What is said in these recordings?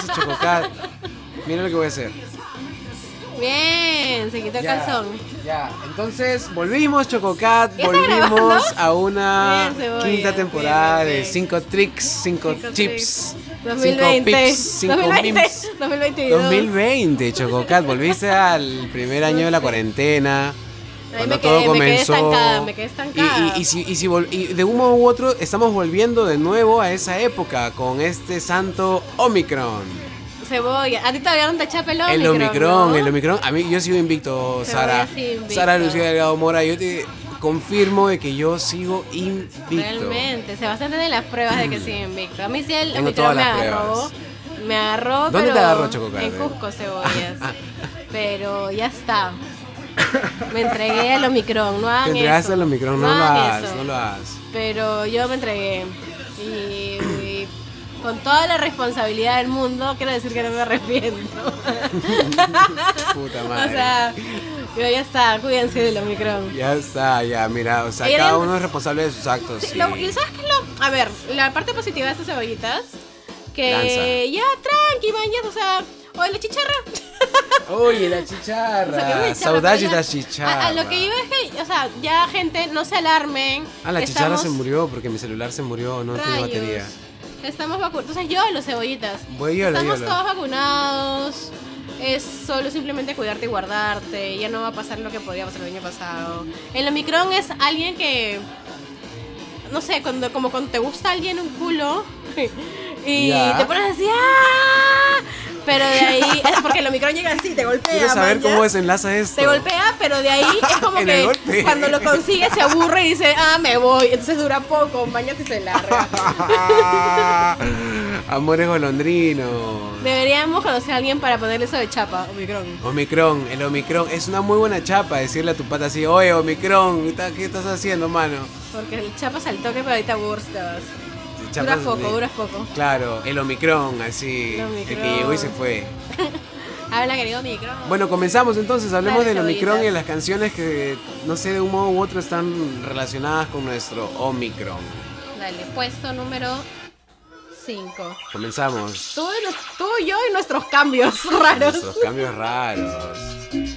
su chococat. Miren lo que voy a hacer. Bien, se quitó el calzón. Ya, entonces volvimos, Chococat. ¿Ya está Volvimos grabando? a una Bien, Cebolla, quinta temporada bien, de bien. 5 tricks, 5 Cinco chips, 5 2020. pips, 5 2020. mims. 2022. 2020, Chococat, volviste al primer año de la cuarentena. Ahí Cuando me quedé- todo me quedé comenzó. estancada, me quedé estancada. Y, y- y si, y si vol- y de un modo u otro, estamos volviendo de nuevo a esa época con este santo Omicron. Cebolla. A ti te hablaron de chapelón. El Omicron, ¿no? el Omicron. A mí yo sigo invicto, Te Sara. voy así invicto. Sara Lucía Delgado Mora, yo te confirmo de que yo sigo invicto. Realmente, Sebastián tiene las pruebas de que sigue invicto. A mí sí el Mm. Tengo Omicron todas me las agarró. pruebas. Me agarró, ¿Dónde te pero agarró, Chococar? En Cusco, Cebollas. pero ya está. Me entregué al Omicron, no hagan Te entregaste eso. al Omicron, no, lo hagan hagas, eso. no lo hagas. Pero yo me entregué. Y, y con toda la responsabilidad del mundo, quiero decir que no me arrepiento. Puta o madre. sea, yo ya está, cuídense del Omicron. ya está, ya, mira, o sea, Ayer cada en- uno es responsable de sus actos. Sí, y- lo- y sabes que lo. A ver, la parte positiva de estas cebollitas. Que Lanza. ya, tranqui, bañas, o sea. O la chicharra. Oye, la O sea, que una chicharra. chicharra, Saudades pero ya- la chicharra. A, a lo que iba es que, o sea, ya, gente, no se alarmen. Ah, la chicharra estamos- se murió porque mi celular se murió, no tiene Rayos. batería. Estamos vacunados. Entonces, yo, los cebollitas. Voy yo, Estamos yo. todos vacunados. Es solo simplemente cuidarte y guardarte. Ya no va a pasar lo que podía pasar el año pasado. El Omicron es alguien que. No sé, cuando, como cuando te gusta alguien un culo. Y Ya. te pones así. ¡Ah! Pero de ahí. Es porque el Omicron llega así, te golpea. Quiero saber manchas. cómo desenlaza esto. Te golpea, pero de ahí es como En el que golpe. cuando lo consigue se aburre y dice, ah, me voy. Entonces dura poco, mañana se larga. Amores golondrinos. Deberíamos conocer a alguien para poner eso de chapa, Omicron. Omicron, el Omicron es una muy buena chapa decirle a tu pata así, oye Omicron, ¿tá- ¿qué estás haciendo, mano? Porque el chapa saltó que pero ahorita burstabas. Te chapas- Duras poco, duras poco. Claro, el Omicron, así, El el, Omicron. que llegó y se fue. Habla querido Omicron. Bueno, comenzamos entonces, hablemos Dale, del Omicron y cebollitas. de las canciones que, no sé, de un modo u otro están relacionadas con nuestro Omicron. Dale, puesto número 5. Comenzamos. Tú, y nos- tú, yo y nuestros cambios raros. Nuestros cambios raros.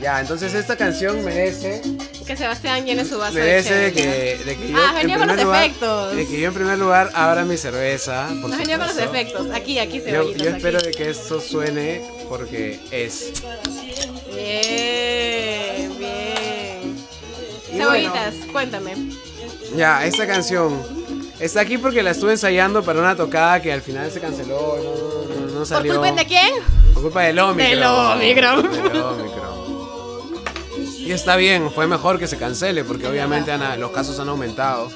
Ya, entonces esta canción merece... Que Sebastián llene su vaso de merece de cheve. que, de que yo Ah, venía con los primer lugar- efectos. de que yo en primer lugar abra mi cerveza. por Nos venía con los supuesto. efectos. Aquí, aquí, Yo, cebollitas. yo espero aquí. de que esto suene porque es. Bien, bien. Y Cebollitas, cuéntame. bueno, ya, esta canción está aquí porque la estuve ensayando para una tocada que al final se canceló, no, no- no ¿Por salió. culpa de quién? Por culpa del Omicron. Del Omicron. Del Omicron. Y está bien, fue mejor que se cancele porque obviamente han- los casos han aumentado.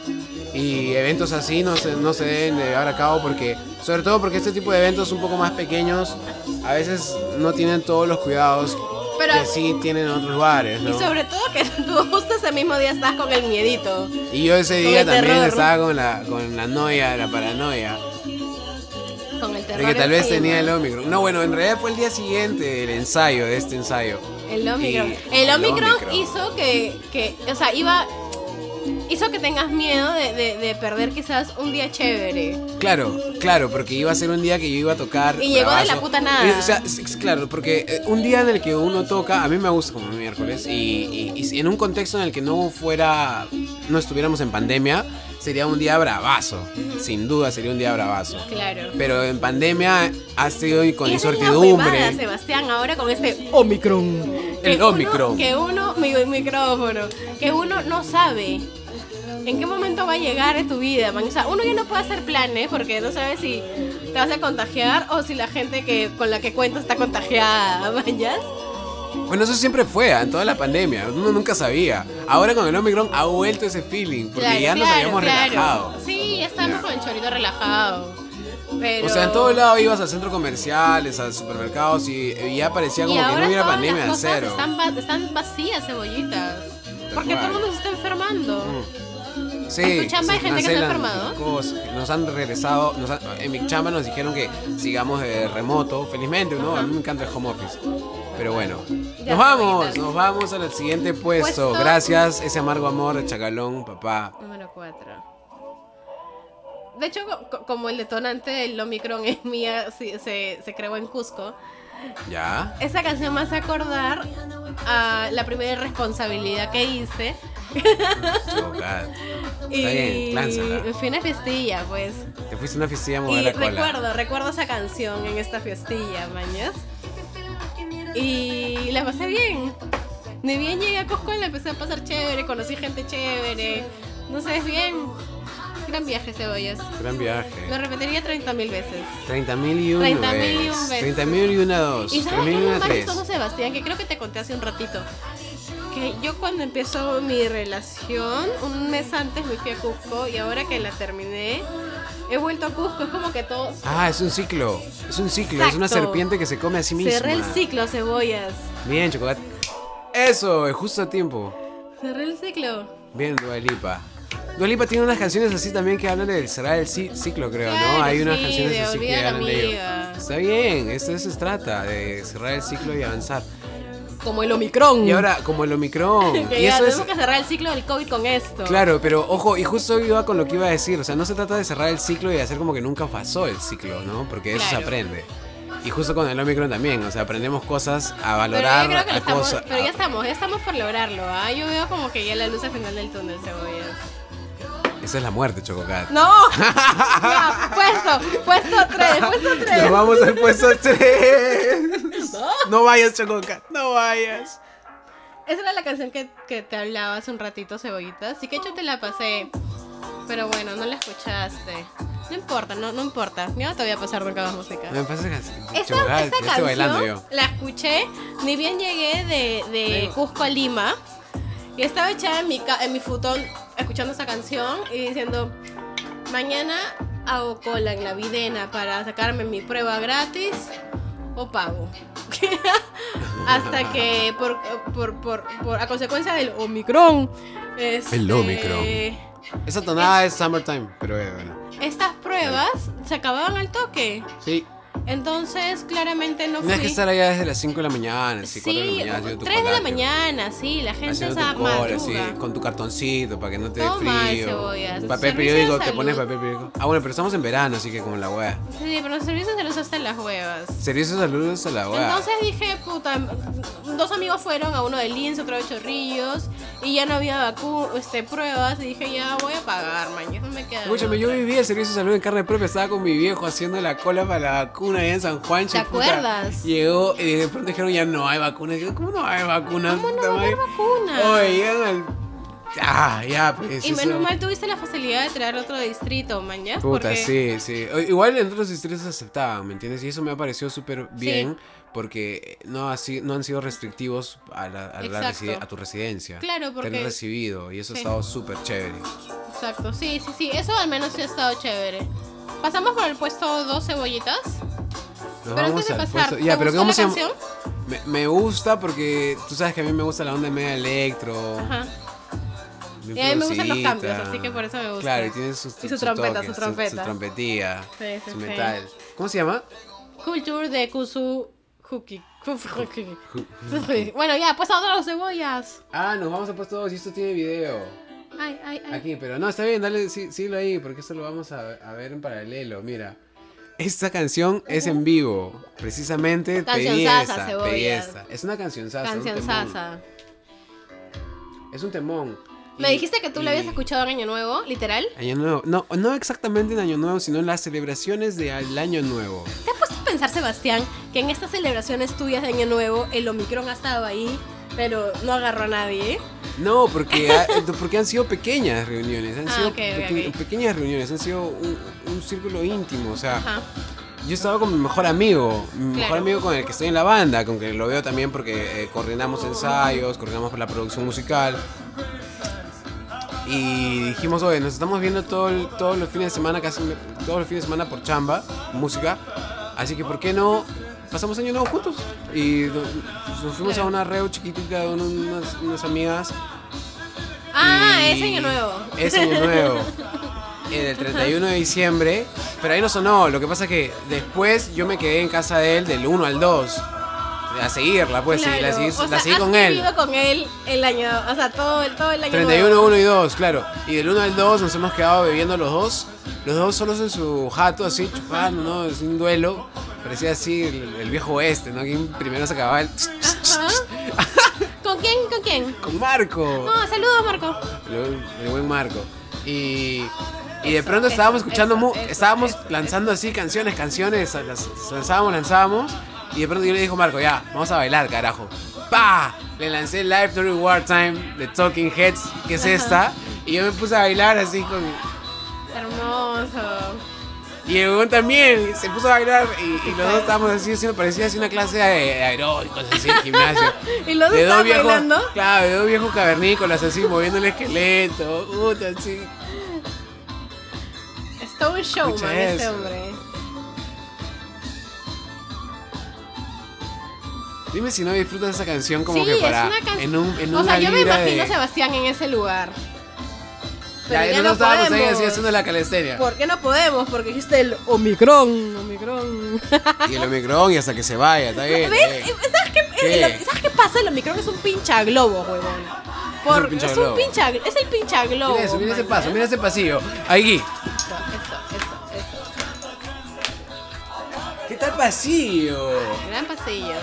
Y eventos así no se, no se deben de llevar a cabo porque, sobre todo porque este tipo de eventos un poco más pequeños a veces no tienen todos los cuidados Pero- que sí tienen en otros lugares. ¿no? Y sobre todo que tú justo ese mismo día estás con el miedito. Y yo ese Con día el también terror. estaba con la, con la noia, la paranoia, Con el de terror. que tal vez encima. tenía el Omicron. No, bueno, en realidad fue el día siguiente del ensayo, de este ensayo. El Omicron. Y- el el Omicron, Omicron. hizo que, que, o sea, iba, hizo que tengas miedo de, de- de perder quizás un día chévere. Claro, claro, porque iba a ser un día que yo iba a tocar. Y llegó de la bravazo. puta nada. Y, o sea, es- es claro, porque eh, un día en el que uno toca, a mí me gusta como miércoles, y, y- y si en un contexto en el que no fuera, no estuviéramos en pandemia, sería un día bravazo. Sin duda sería un día bravazo. Claro. Pero en pandemia ha sido y con Y esa es la incertidumbre. huevada, Sebastián, ahora con este Omicron. El uno- Omicron. que uno, mi mi micrófono, que uno no sabe. ¿En qué momento va a llegar en tu vida? man? O sea, uno ya no puede hacer planes porque no sabe si te vas a contagiar o si la gente que con la que cuentas está contagiada, ¿vayas? Bueno, eso siempre fue, ah, en toda la pandemia. Uno nunca sabía. Ahora con el Omicron ha vuelto ese feeling, porque Claro, ya nos claro, habíamos claro. relajado. Sí, ya estábamos Ya. con el chorito relajado. Pero... O sea, en todos lados ibas a centros comerciales, a supermercados y, y ya parecía Y como que ahora no hubiera todas pandemia, las cosas cero. Están, va- están vacías, cebollitas. Porque cual. Mm. todo el mundo se está enfermando. Sí, en tu chamba hay se gente que se ha cancelan enfermado. cosas. Nos han regresado, nos han- en mi chamba nos dijeron que sigamos de remoto, felizmente, ¿no? A mí me encanta el home office. Pero bueno, Ya, nos vamos, amiguitas. nos vamos al siguiente puesto. Puesto- Gracias, ese amargo amor de Chacalón, papá. Número 4. de hecho, co- como el detonante del Omicron es mía, sí, se, se creó en Cusco, Ya. esa canción me hace acordar a la primera responsabilidad que hice. Oh, God. y bien, lánzala. fui a una fiestilla, pues. Te fuiste a una fiestilla a mover Y la cola. recuerdo, recuerdo esa canción en esta fiestilla, mañas. Y la pasé bien. Ni bien llegué a Cusco, la empecé a pasar chévere, conocí gente chévere. No sé, es bien. Gran viaje, cebollas. Gran Lo viaje. repetiría 30.000 veces. 30.000 y una 30.000 y un vez. vez. 30.000 y una dos. ¿Y sabes 30.000 qué es y lo una más tres. chistoso, Sebastián? Que creo que te conté hace un ratito. Que yo cuando empezó mi relación, un mes antes me fui a Cusco y ahora que la terminé, he vuelto a Cusco. Es como que todo Ah, es un ciclo. Es un ciclo. Es una Exacto. serpiente que se come a sí misma. cerré el ciclo, cebollas. Bien, chocolate. Eso, es justo a tiempo. Cerré el ciclo. Bien, Dualipa. Dualipa tiene unas canciones así también que hablan del cerrar el ci- ciclo, creo, ¿no? Claro, Hay unas sí, canciones de así que olvida la hablan de ello. amiga. Está bien, eso eso se trata, de cerrar el ciclo y avanzar. Como el Omicron. Y ahora, como el Omicron. Mm. Que y ya eso es. tenemos que cerrar el ciclo del COVID con esto. Claro, pero ojo, y justo iba con lo que iba a decir, o sea, no se trata de cerrar el ciclo y de hacer como que nunca pasó el ciclo, ¿no? Porque de eso se Claro. aprende. Y justo con el Omicron también, o sea, aprendemos cosas a Pero, yo valorar, Ah, creo que lo a estamos- cosas. pero ya a- estamos, ya estamos por lograrlo. ¿ah? Yo veo como que ya la luz al final del túnel, cebollas. Esa es la muerte, Chococat. No, ya, puesto, puesto tres, puesto Nos tres. vamos al puesto 3. No vayas, Chococat, no vayas. Esa era la canción que, que te hablaba hace un ratito, Cebollita. Así que yo te la pasé. Pero bueno, no la escuchaste. No importa, no, no importa. Mira, te voy a pasar nunca más música. Me pasa que Esta, Chococat, esta ya estoy canción bailando yo. la escuché, ni bien llegué de, de Cusco a Lima. Y estaba echada en mi, ca- en mi futón escuchando esa canción y diciendo, mañana hago cola en la videna para sacarme mi prueba gratis o pago. Hasta que por, por- por- por- a consecuencia del Omicron. este, El Omicron. Esa tonada es Summertime, pero eh, bueno. Estas pruebas se acababan al toque. Sí. Entonces, claramente no fui. Tienes que estar allá desde las 5 de la mañana, 5 de la mañana. haciendo tu 3 de la colágeno, mañana, sí, la gente Haciendo esa tu cola, madruga. así, con tu cartoncito para que no te dé Todo mal, frío. cebollas. Papel Servicio periódico, de te pones salud. papel periódico. Ah, bueno, pero estamos en verano, así que como la wea. Sí, pero los servicios se los hacen las huevas. Servicios de salud es a la wea. Entonces dije, puta, dos amigos fueron, a uno de Lince, otro de Chorrillos, y ya no había vacu- este, pruebas, y dije, ya voy a pagar, mañana no me queda. Escúchame, de yo otra. viví el servicio de salud en carne propia, estaba con mi viejo haciendo la cola para la vacuna allá en San Juan. ¿Te chuputa. acuerdas? Llegó y de pronto dijeron ya no hay vacunas. Yo, ¿Cómo no hay vacunas? ¿Cómo no puta va a haber madre? vacuna? Oye, llegan al... Ah, ya, pues. Y eso- menos mal tuviste la facilidad de traer otro distrito, mañana. Puta, porque... sí, sí. O- Igual en otros distritos aceptaban, ¿me entiendes? Y eso me ha parecido súper bien porque no, así, no han sido restrictivos a, la- a la Exacto. reside- a tu residencia. Claro, Te han porque- recibido y eso ha Sí. estado súper chévere. Exacto, sí, sí, sí, eso al menos sí ha estado chévere. Pasamos por el puesto dos cebollitas. Nos pero antes vamos de al pasar, puesto- ¿te Ya, pero gustó ¿cómo la se llama? canción? Me, me gusta porque tú sabes que a mí me gusta la onda media electro. Ajá. bien Y a mí me gustan los crudecita. cambios, así que por eso me gusta. Claro, y tiene su, Y su trompeta, toque, su trompeta. Su, trompetilla, Sí, sí, su sí. metal. ¿Cómo se llama? Culture de Kusu Huki. Kufuhuki. Bueno, ya, pues ahora los cebollas. Ah, nos vamos a puesto dos y esto tiene video. Ay, ay, ay. Aquí, pero no, está bien, dale, sí, síguelo ahí, porque eso lo vamos a, a ver en paralelo, mira. Esta canción es en vivo, precisamente pedí Cancionzaza, esta, Cebollas. pedí esta. Es una cancionzaza, Canción un temón. Sasa. Es un temón. Me Y- dijiste que tú la y- habías escuchado en Año Nuevo, literal. Año Nuevo, no, no exactamente en Año Nuevo, sino en las celebraciones del Año Nuevo. ¿Te has puesto a pensar, Sebastián, que en estas celebraciones tuyas de Año Nuevo el Omicron ha estado ahí, pero no agarró a nadie? No, porque, ha- porque han sido pequeñas reuniones, han Ah, sido ok, ok, peque- ok. pequeñas reuniones, han sido un, un círculo íntimo, o sea, Ajá. Yo estaba con mi mejor amigo, mi mejor Claro. amigo con el que estoy en la banda, con que lo veo también porque eh, coordinamos ensayos, coordinamos la producción musical. Y dijimos, oye, nos estamos viendo todo el- todos los fines de semana, casi me- todos los fines de semana por chamba, música. Así que, ¿por qué no pasamos año nuevo juntos? Y do- nos fuimos a Claro. una reo chiquitita con unas, unas amigas. Ah, Y es Año Nuevo. Es año nuevo. En el 31 de diciembre. Pero ahí no sonó. Lo que pasa es que después yo me quedé en casa de él del 1 al 2. A seguirla, pues, sí, la Claro, seguí, o la sea, seguí has con él. vivido con él el año, o sea, todo, el- todo el año 31, nuevo. 1 y 2, claro. Y del 1 al 2 nos hemos quedado bebiendo los dos. los dos solos en su jato, así chupando, ¿no? Es un duelo. Parecía así el, el viejo oeste, ¿no? Quien primero se acababa el. Ajá. ¿Con quién? ¿Con quién? Con Marco. No, saludos, Marco. El, el buen Marco. Y, y de pronto estábamos eso, escuchando, eso, mu- eso, estábamos eso, lanzando así canciones, canciones, las- lanzábamos, lanzábamos. Y de pronto yo le dijo Marco, ya, vamos a bailar, carajo. pa Le lancé Live During Wartime de Talking Heads, que es esta. Y yo me puse a bailar así con, Hermoso. y el huevón también se puso a bailar y, y los dos estábamos así, haciendo- parecía así una clase de, de aeróbicos, así, de gimnasio. ¿Y los dos de estaban dos viejos, bailando? Claro, de dos viejos cavernícolas así, moviendo el esqueleto, puta, así. Es todo un showman Escucha este eso. hombre. Dime si no disfrutas esa canción como sí, que para... es una canción. en un, en o sea, una yo me vibra imagino a de... Sebastián en ese lugar. Pero Ya, ya nosotros no estábamos ahí así podemos. haciendo la calistenia. ¿Por qué no podemos? Porque dijiste el Omicron. Omicron. Y el Omicron y hasta que se vaya, está bien. está ¿Ves? bien. ¿Sabes qué, Eh, ¿Qué? el- ¿Sabes qué pasa? El Omicron es un pincha globo, huevón. Por- pincha es globo. un pincha Es el pincha globo. Mira eso, mira ese man, paso, ¿eh? mira ese pasillo. Ahí, Gui. Eso, eso, eso, eso. ¿Qué tal pasillo? Gran pasillo.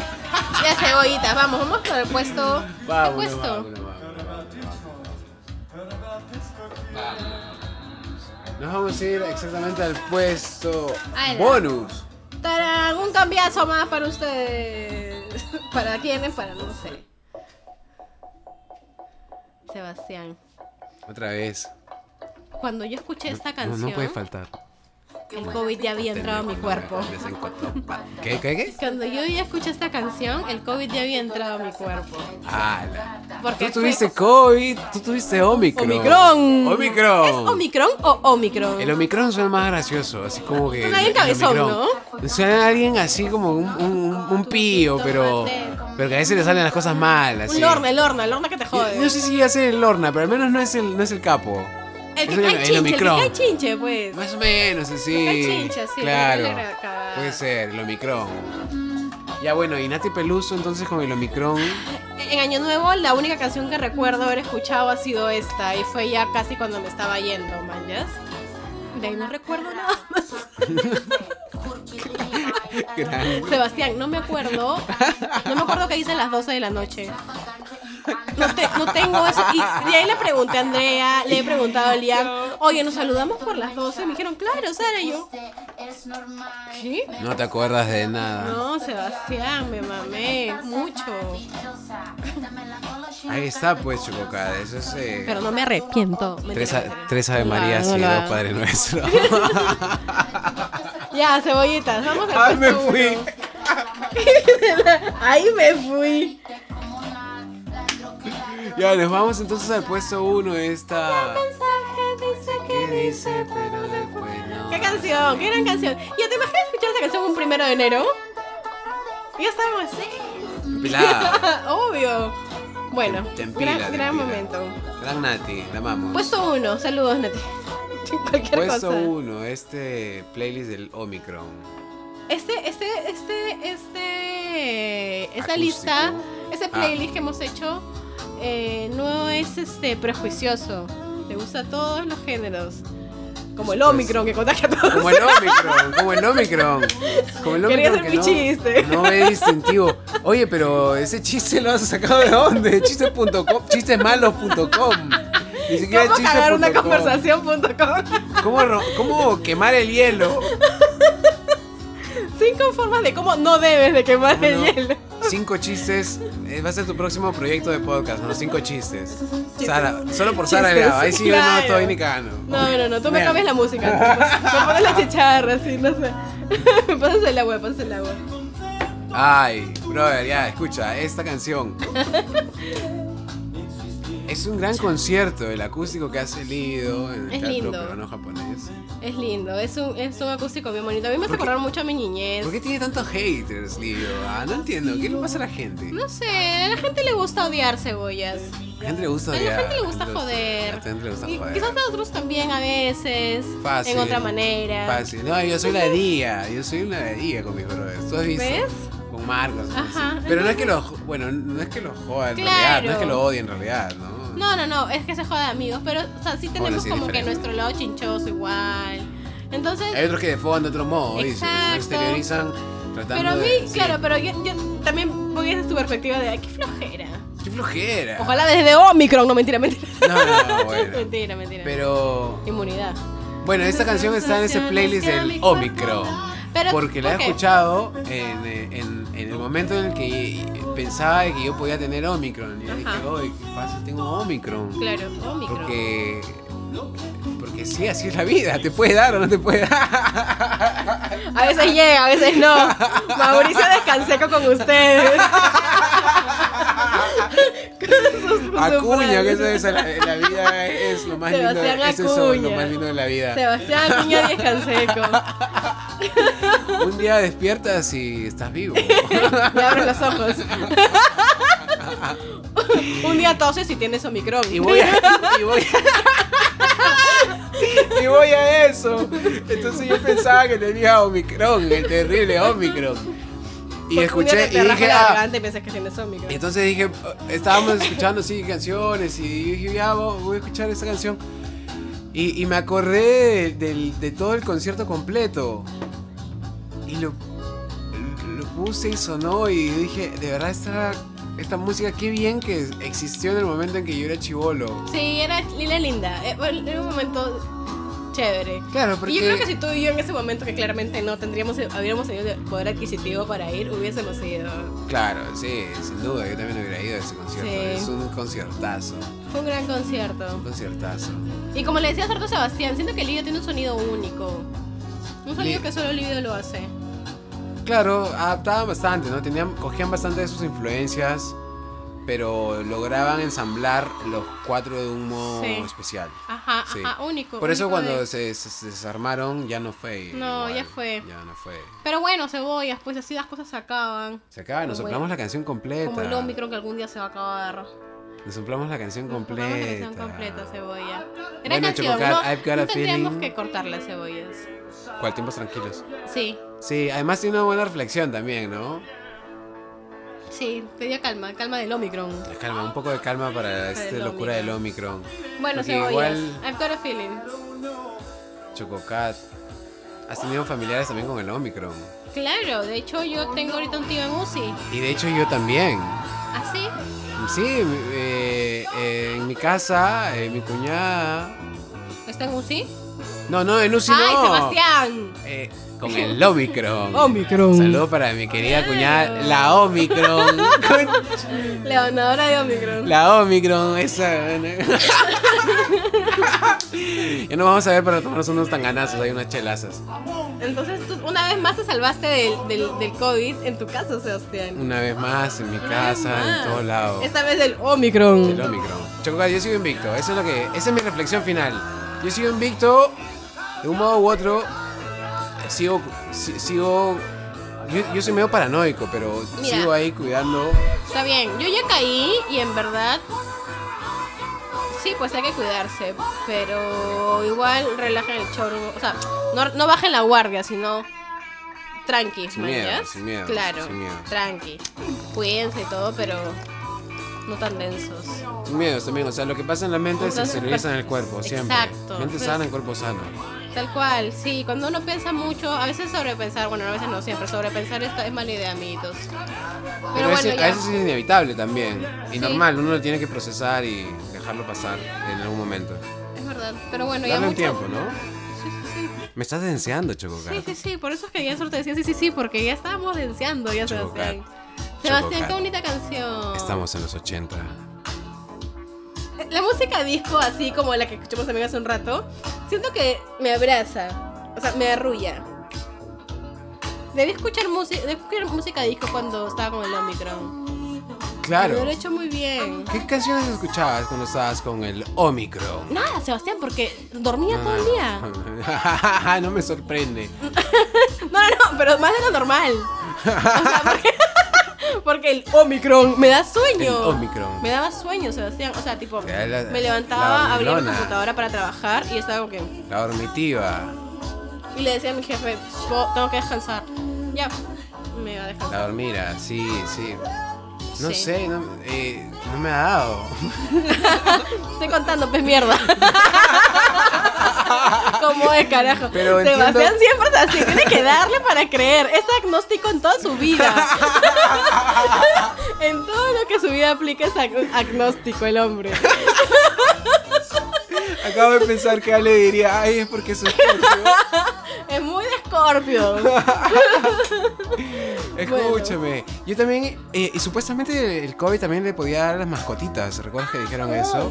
Ya cebollitas, vamos, vamos por el puesto. ¿Qué Vámonos, puesto? vámonos, vámonos, vámonos. Nos vamos a ir exactamente al puesto Ala. bonus. Tarán, un cambiazo más para ustedes. ¿Para quiénes? Para no sé. Sebastián, Otra vez. cuando yo escuché esta No, canción, no puede faltar. el COVID ya había entrado a mi cuerpo. ¿Qué, qué, qué? Cuando yo ya escuché esta canción, el COVID ya había entrado a mi cuerpo. Ala. Porque Tú fue- tuviste COVID, tú tuviste Omicron. Omicron. Omicron. ¿Es Omicron o Omicron? El Omicron suena más gracioso, así como que. Suena bien cabezón, ¿no? Suena a alguien así como un, un, un pío, pero. Pero que a veces le salen las cosas mal. Así. Un lorna, el horno, el horno que te jode. No sé si va a ser el Lorna, pero al menos no es el, no es el capo. El que Es cae chinche, el que Omicron. cae chinche, pues. Más o menos, así. El que cae chinche, así, Claro. el que le caga. Puede ser, el Omicron. Ya bueno, y Nati Peluso entonces con el Omicron. En Año Nuevo, la única canción que recuerdo haber escuchado ha sido esta. Y fue ya casi cuando me estaba yendo, man, ¿ya? De ahí no recuerdo nada más. Gran- Sebastián, no me acuerdo. No me acuerdo qué hice a las 12 de la noche. No, te- no tengo eso. Y de ahí le pregunté a Andrea, le he preguntado a Lian, oye, nos saludamos por las 12. Me dijeron, claro, Sara, y yo. ¿Qué? No te acuerdas de nada. No, Sebastián, me mamé mucho. Ahí está pues Chococada, eso es. eh, Pero no me arrepiento. Tres, Mentira, a- mentira. tres Ave No, Marías no y lo dos hago. Padre Nuestro. Ya, cebollitas, vamos al Ay, me puesto fui. uno. Ahí me fui. ya, nos vamos entonces al puesto uno de esta. ¿Qué dice? Pero después no. Qué canción, qué gran canción. ¿Y te imaginas escuchar esta canción un primero de enero? Ya estamos así. Pilar. Obvio. Bueno, Te empila, gran, te gran empila. momento. Gran Nati, la amamos. Puesto uno, saludos, Nati. Cualquier Puesto cosa. uno, este playlist del Omicron. Este, este, este, este, esta Acústico. lista, este Ah. playlist que hemos hecho eh, no es este prejuicioso. Le gusta a todos los géneros. Como el Pues- Omicron que contagia a todos. Como el Omicron, como el Omicron. Como el Omicron. Quería hacer que mi no, chiste. No ve distintivo. Oye, pero ese chiste lo has sacado de dónde? Chistes.com, chistesmalos.com. Ni siquiera ¿Cómo chiste cagar una punto com. conversación.com? ¿Cómo, ro- ¿Cómo quemar el hielo? Cinco formas de cómo no debes de quemar Uno, el hielo. Cinco chistes. Eh, Va a ser tu próximo proyecto de podcast, ¿no? Cinco chistes. Sara, solo por Sara Chistes, Leao. Ahí sí yo no claro. estoy ni cagando. No, no, no, tú me Vean. cambias la música. Me pones la chicharra, así, no sé. Pasas el agua, pasas el agua. Ay, brother, ya, escucha, esta canción. Es un gran concierto, el acústico que hace Lido en el Es teatro lindo. peruano japonés. Es lindo, es un, es un acústico bien bonito. A mí me hace ¿Por qué? acordar mucho a mi niñez. ¿Por qué tiene tantos haters, Lido? Ah, no entiendo, ¿qué le pasa a la gente? No sé, a la gente le gusta odiar cebollas. A la gente le gusta A la odiar, gente le gusta entonces, joder. A la gente le gusta Y joder. quizás a otros también a veces. Fácil. En otra manera. Fácil. No, yo soy la día. Yo soy una de día con mis brothers. ¿Tú has visto? ¿Ves? Con Marcos. ¿no? Ajá. Sí. Pero no es que lo, bueno, no es que lo joda en Claro. realidad, no es que lo odie en realidad, ¿no? No, no, no, es que se joda amigos, pero o sea, sí tenemos sí es como que diferente. Eh, nuestro lado chinchoso igual. Entonces, Hay otros que de fondo, otros modos, y se- se Exacto. exteriorizan tratando pero a mí, de... sí. claro, pero yo, yo también voy desde tu perspectiva de, ay, qué flojera. ¡Qué flojera! Ojalá desde Omicron, no mentira, mentira. No, no, no, bueno. mentira, mentira. Pero... Inmunidad. Bueno, esta canción está en ese playlist del Omicron. Pero- Porque la ok. he escuchado en, eh, en- en el momento en el que eh, pensaba que yo podía tener Omicron. Y yo dije, Ajá. uy, ¿qué pasa? Tengo Omicron. Claro, Omicron. Porque... Porque sí, así es la vida. Te puede dar o no te puede dar. A veces llega, a veces no. Mauricio descanseco con ustedes. Con sus- sus Acuña, frases. que eso es la, la vida, es lo más lindo. Sebastián Es eso, lo Acuña. más lindo de la vida. Sebastián Acuña descanseco. Un día despiertas y estás vivo. Me abren los ojos. Un día toses y tienes Omicron. Y voy a. Y voy a, y voy a eso. Entonces yo pensaba que tenía Omicron, el terrible Omicron. Y Porque un escuché día te- y te raspa dije, la ah, garganta y piensas que tienes Omicron. Y entonces dije, estábamos escuchando así canciones y dije, ya vo- voy a escuchar esta canción. Y, y me acordé de, del- de todo el concierto completo. Y lo, lo puse y sonó y dije, de verdad esta, esta música, qué bien que existió en el momento en que yo era chivolo. Sí, era Lila Linda. Eh, bueno, Era un momento chévere. Claro, Y yo creo que porque si tú y yo en ese momento, que claramente no tendríamos, habríamos tenido el poder adquisitivo para ir, hubiésemos ido. Claro, sí, sin duda, yo también hubiera ido a ese concierto. Sí. Es un conciertazo, Fue un gran concierto. un conciertazo. Y como le decía Sarto Sebastián, siento que Lidio tiene un sonido único. Un sonido Li- que solo Lidio lo hace. Claro, adaptaban bastante, ¿no? Tenían, cogían bastante de sus influencias, pero lograban ensamblar los cuatro de un modo Sí. especial. Ajá, Sí. ajá, único. Por eso único cuando de- se, se- se desarmaron ya no fue. No, igual, ya fue. Ya no fue. Pero bueno, cebollas, pues así las cosas se acaban. Se acaba, nos Como soplamos el- la canción completa. Como el Omicron que algún día se va a acabar. Nos soplamos la canción Nos completa. jugamos la canción completa, cebolla. Gran Bueno, canción, Chococat, no, I've got no a tendríamos feeling. que cortar las cebollas. ¿Cuál tiempos tranquilos? Sí, Sí, además tiene una buena reflexión también, ¿no? sí, pedía calma, calma del Omicron. La calma, un poco de calma para esta del locura del Omicron. Bueno, Porque cebollas, igual- I've got a feeling. Chococat. Has tenido familiares también con el Omicron. Claro, de hecho yo tengo ahorita un tío en UCI. Y de hecho yo también. ¿Así? Sí, eh, eh, en mi casa, eh, mi cuñada. ¿Está en UCI? No, no, en UCI ¡Ay, no. Sebastián! Eh, con el Omicron. Omicron. Saludo para mi querida Claro. cuñada, la Omicron. Conch- La ganadora de Omicron. la Omicron, esa. ya nos vamos a ver para tomarnos unos tanganazos, hay unas chelazas. Entonces tú una vez más te salvaste del, del, del COVID en tu casa, Sebastián. Una vez más, en mi casa, en más. todos lados. Esta vez del Omicron. El Omicron. Chococat, yo sigo invicto. Eso es lo que. Esa es mi reflexión final. Yo sigo invicto. De un modo u otro. Sigo. si- sigo. Yo, yo soy medio paranoico, pero Mira. sigo ahí cuidando. Está bien, yo ya caí y en verdad. Sí, pues hay que cuidarse, pero igual relajen el chorro. O sea, no, no bajen la guardia, sino tranqui, Sin ¿me miedo, entiendes? sin miedo, Claro, sin miedo. tranqui. Cuídense y todo, pero no tan densos. Sin miedos también. O sea, lo que pasa en la mente se Entonces, exterioriza en el pues, cuerpo, siempre. exacto. Mente Pues- sana en cuerpo sano. Tal cual, sí, cuando uno piensa mucho, a veces sobrepensar, bueno, a veces no siempre, sobrepensar es, es mala idea, amiguitos. Pero, Pero, a bueno, veces- ya. a veces es inevitable también. Y Sí. normal, uno lo tiene que procesar y dejarlo pasar en algún momento. es verdad, pero bueno, ya Darle un mucho. tiempo, ¿no? Sí, sí, sí. Me estás denseando, Chococat. Sí, sí, sí, por eso es que ya solo te decía sí, sí, sí, porque ya estábamos deseando, ya Chococat. Sebastián. Sebastián, Chococat. qué bonita canción. Estamos en los 80. La música disco, así como la que escuchamos también hace un rato, siento que me abraza, o sea, me arrulla. Debí escuchar, música debí escuchar música disco cuando estaba con el Omicron. Claro. Lo he hecho muy bien. ¿Qué canciones escuchabas cuando estabas con el Omicron? Nada, Sebastián, porque dormía todo el día. No, día. no me sorprende. no, no, pero más de lo normal. O sea, porque, porque el Omicron me da sueño. El Omicron. Me daba sueño, Sebastián. O sea, tipo, Te da la- me la levantaba, abría mi dormilona. computadora para trabajar y estaba como que. La dormitiva. Y le decía a mi jefe, "Po- tengo que descansar. Ya, me iba a La descansar. dormira, sí, sí. No Sí. sé, no, eh, no me ha dado. Estoy contando, pues mierda. Como de carajo. Pero Sebastián entiendo- siempre es así, tiene que darle para creer. Es agnóstico en toda su vida. en todo lo que su vida aplica es ag- agnóstico el hombre. Acabo de pensar que Ale diría, ay, es porque soy Scorpio. Es muy de Scorpio. Escúchame. Yo también, eh, y supuestamente el COVID también le podía dar a las mascotitas. ¿Recuerdas que dijeron eso?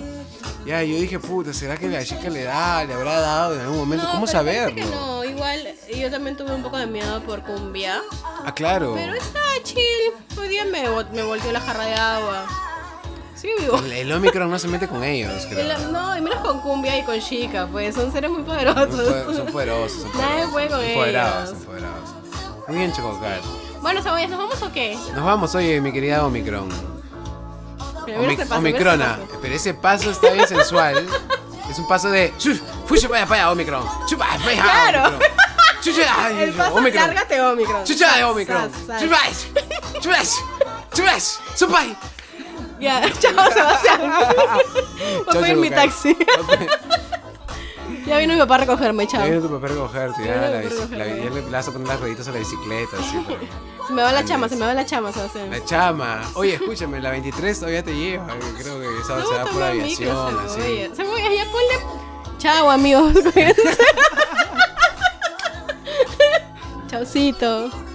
Ya, yo dije, puta, ¿será que la chica le da, le habrá dado en algún momento? No, ¿Cómo pero parece saberlo? que no, igual yo también tuve un poco de miedo por cumbia. Ah, claro. Pero está chill. Hoy día me, vol- me volteó la jarra de agua. Sí, vivo. El- El Omicron no se mete con ellos, Y la- creo. No, y menos con cumbia y con chica, pues son seres muy Son pu- poderosos. Son poderosos, son Nadie poderosos. juega con Son Empoderados, ellos. empoderados. Muy bien, Chococar. Bueno, cebollas, ¿nos vamos o qué? Nos vamos, oye, mi querida Omicron. Primero Omi- se pasa, primero se Omicrona. pasa. Pero ese paso está bien sensual. Es un paso de. "Shush, ¡Fucha para allá, Omicron! ¡Chupa para allá! Claro. Omicron". ¡Chucha! ay, El paso Omicron. cárgate Omicron. ¡Chucha de Sas, Omicron! sas, sas. ¡Chupas! ¡Chupas! ¡Chupas! ¡Supai! Ya, chao Sebastián. Voy a pedir mi taxi. Ya vino mi papá a recogerme, chao. Viene tu papá a recogerte, Viene ya. tu La, papá a bici- la, recogerme. ya le le vas a poner las rueditas a la bicicleta, así, pero- Se me va la chama, se me va la chama, Sebastián. La chama. Oye, escúchame, la 23 todavía te lleva. Creo que esa se va por tomar micro, aviación, así. cebolla. Cebolla, ya ponle. Chao, amigos. Chaucito.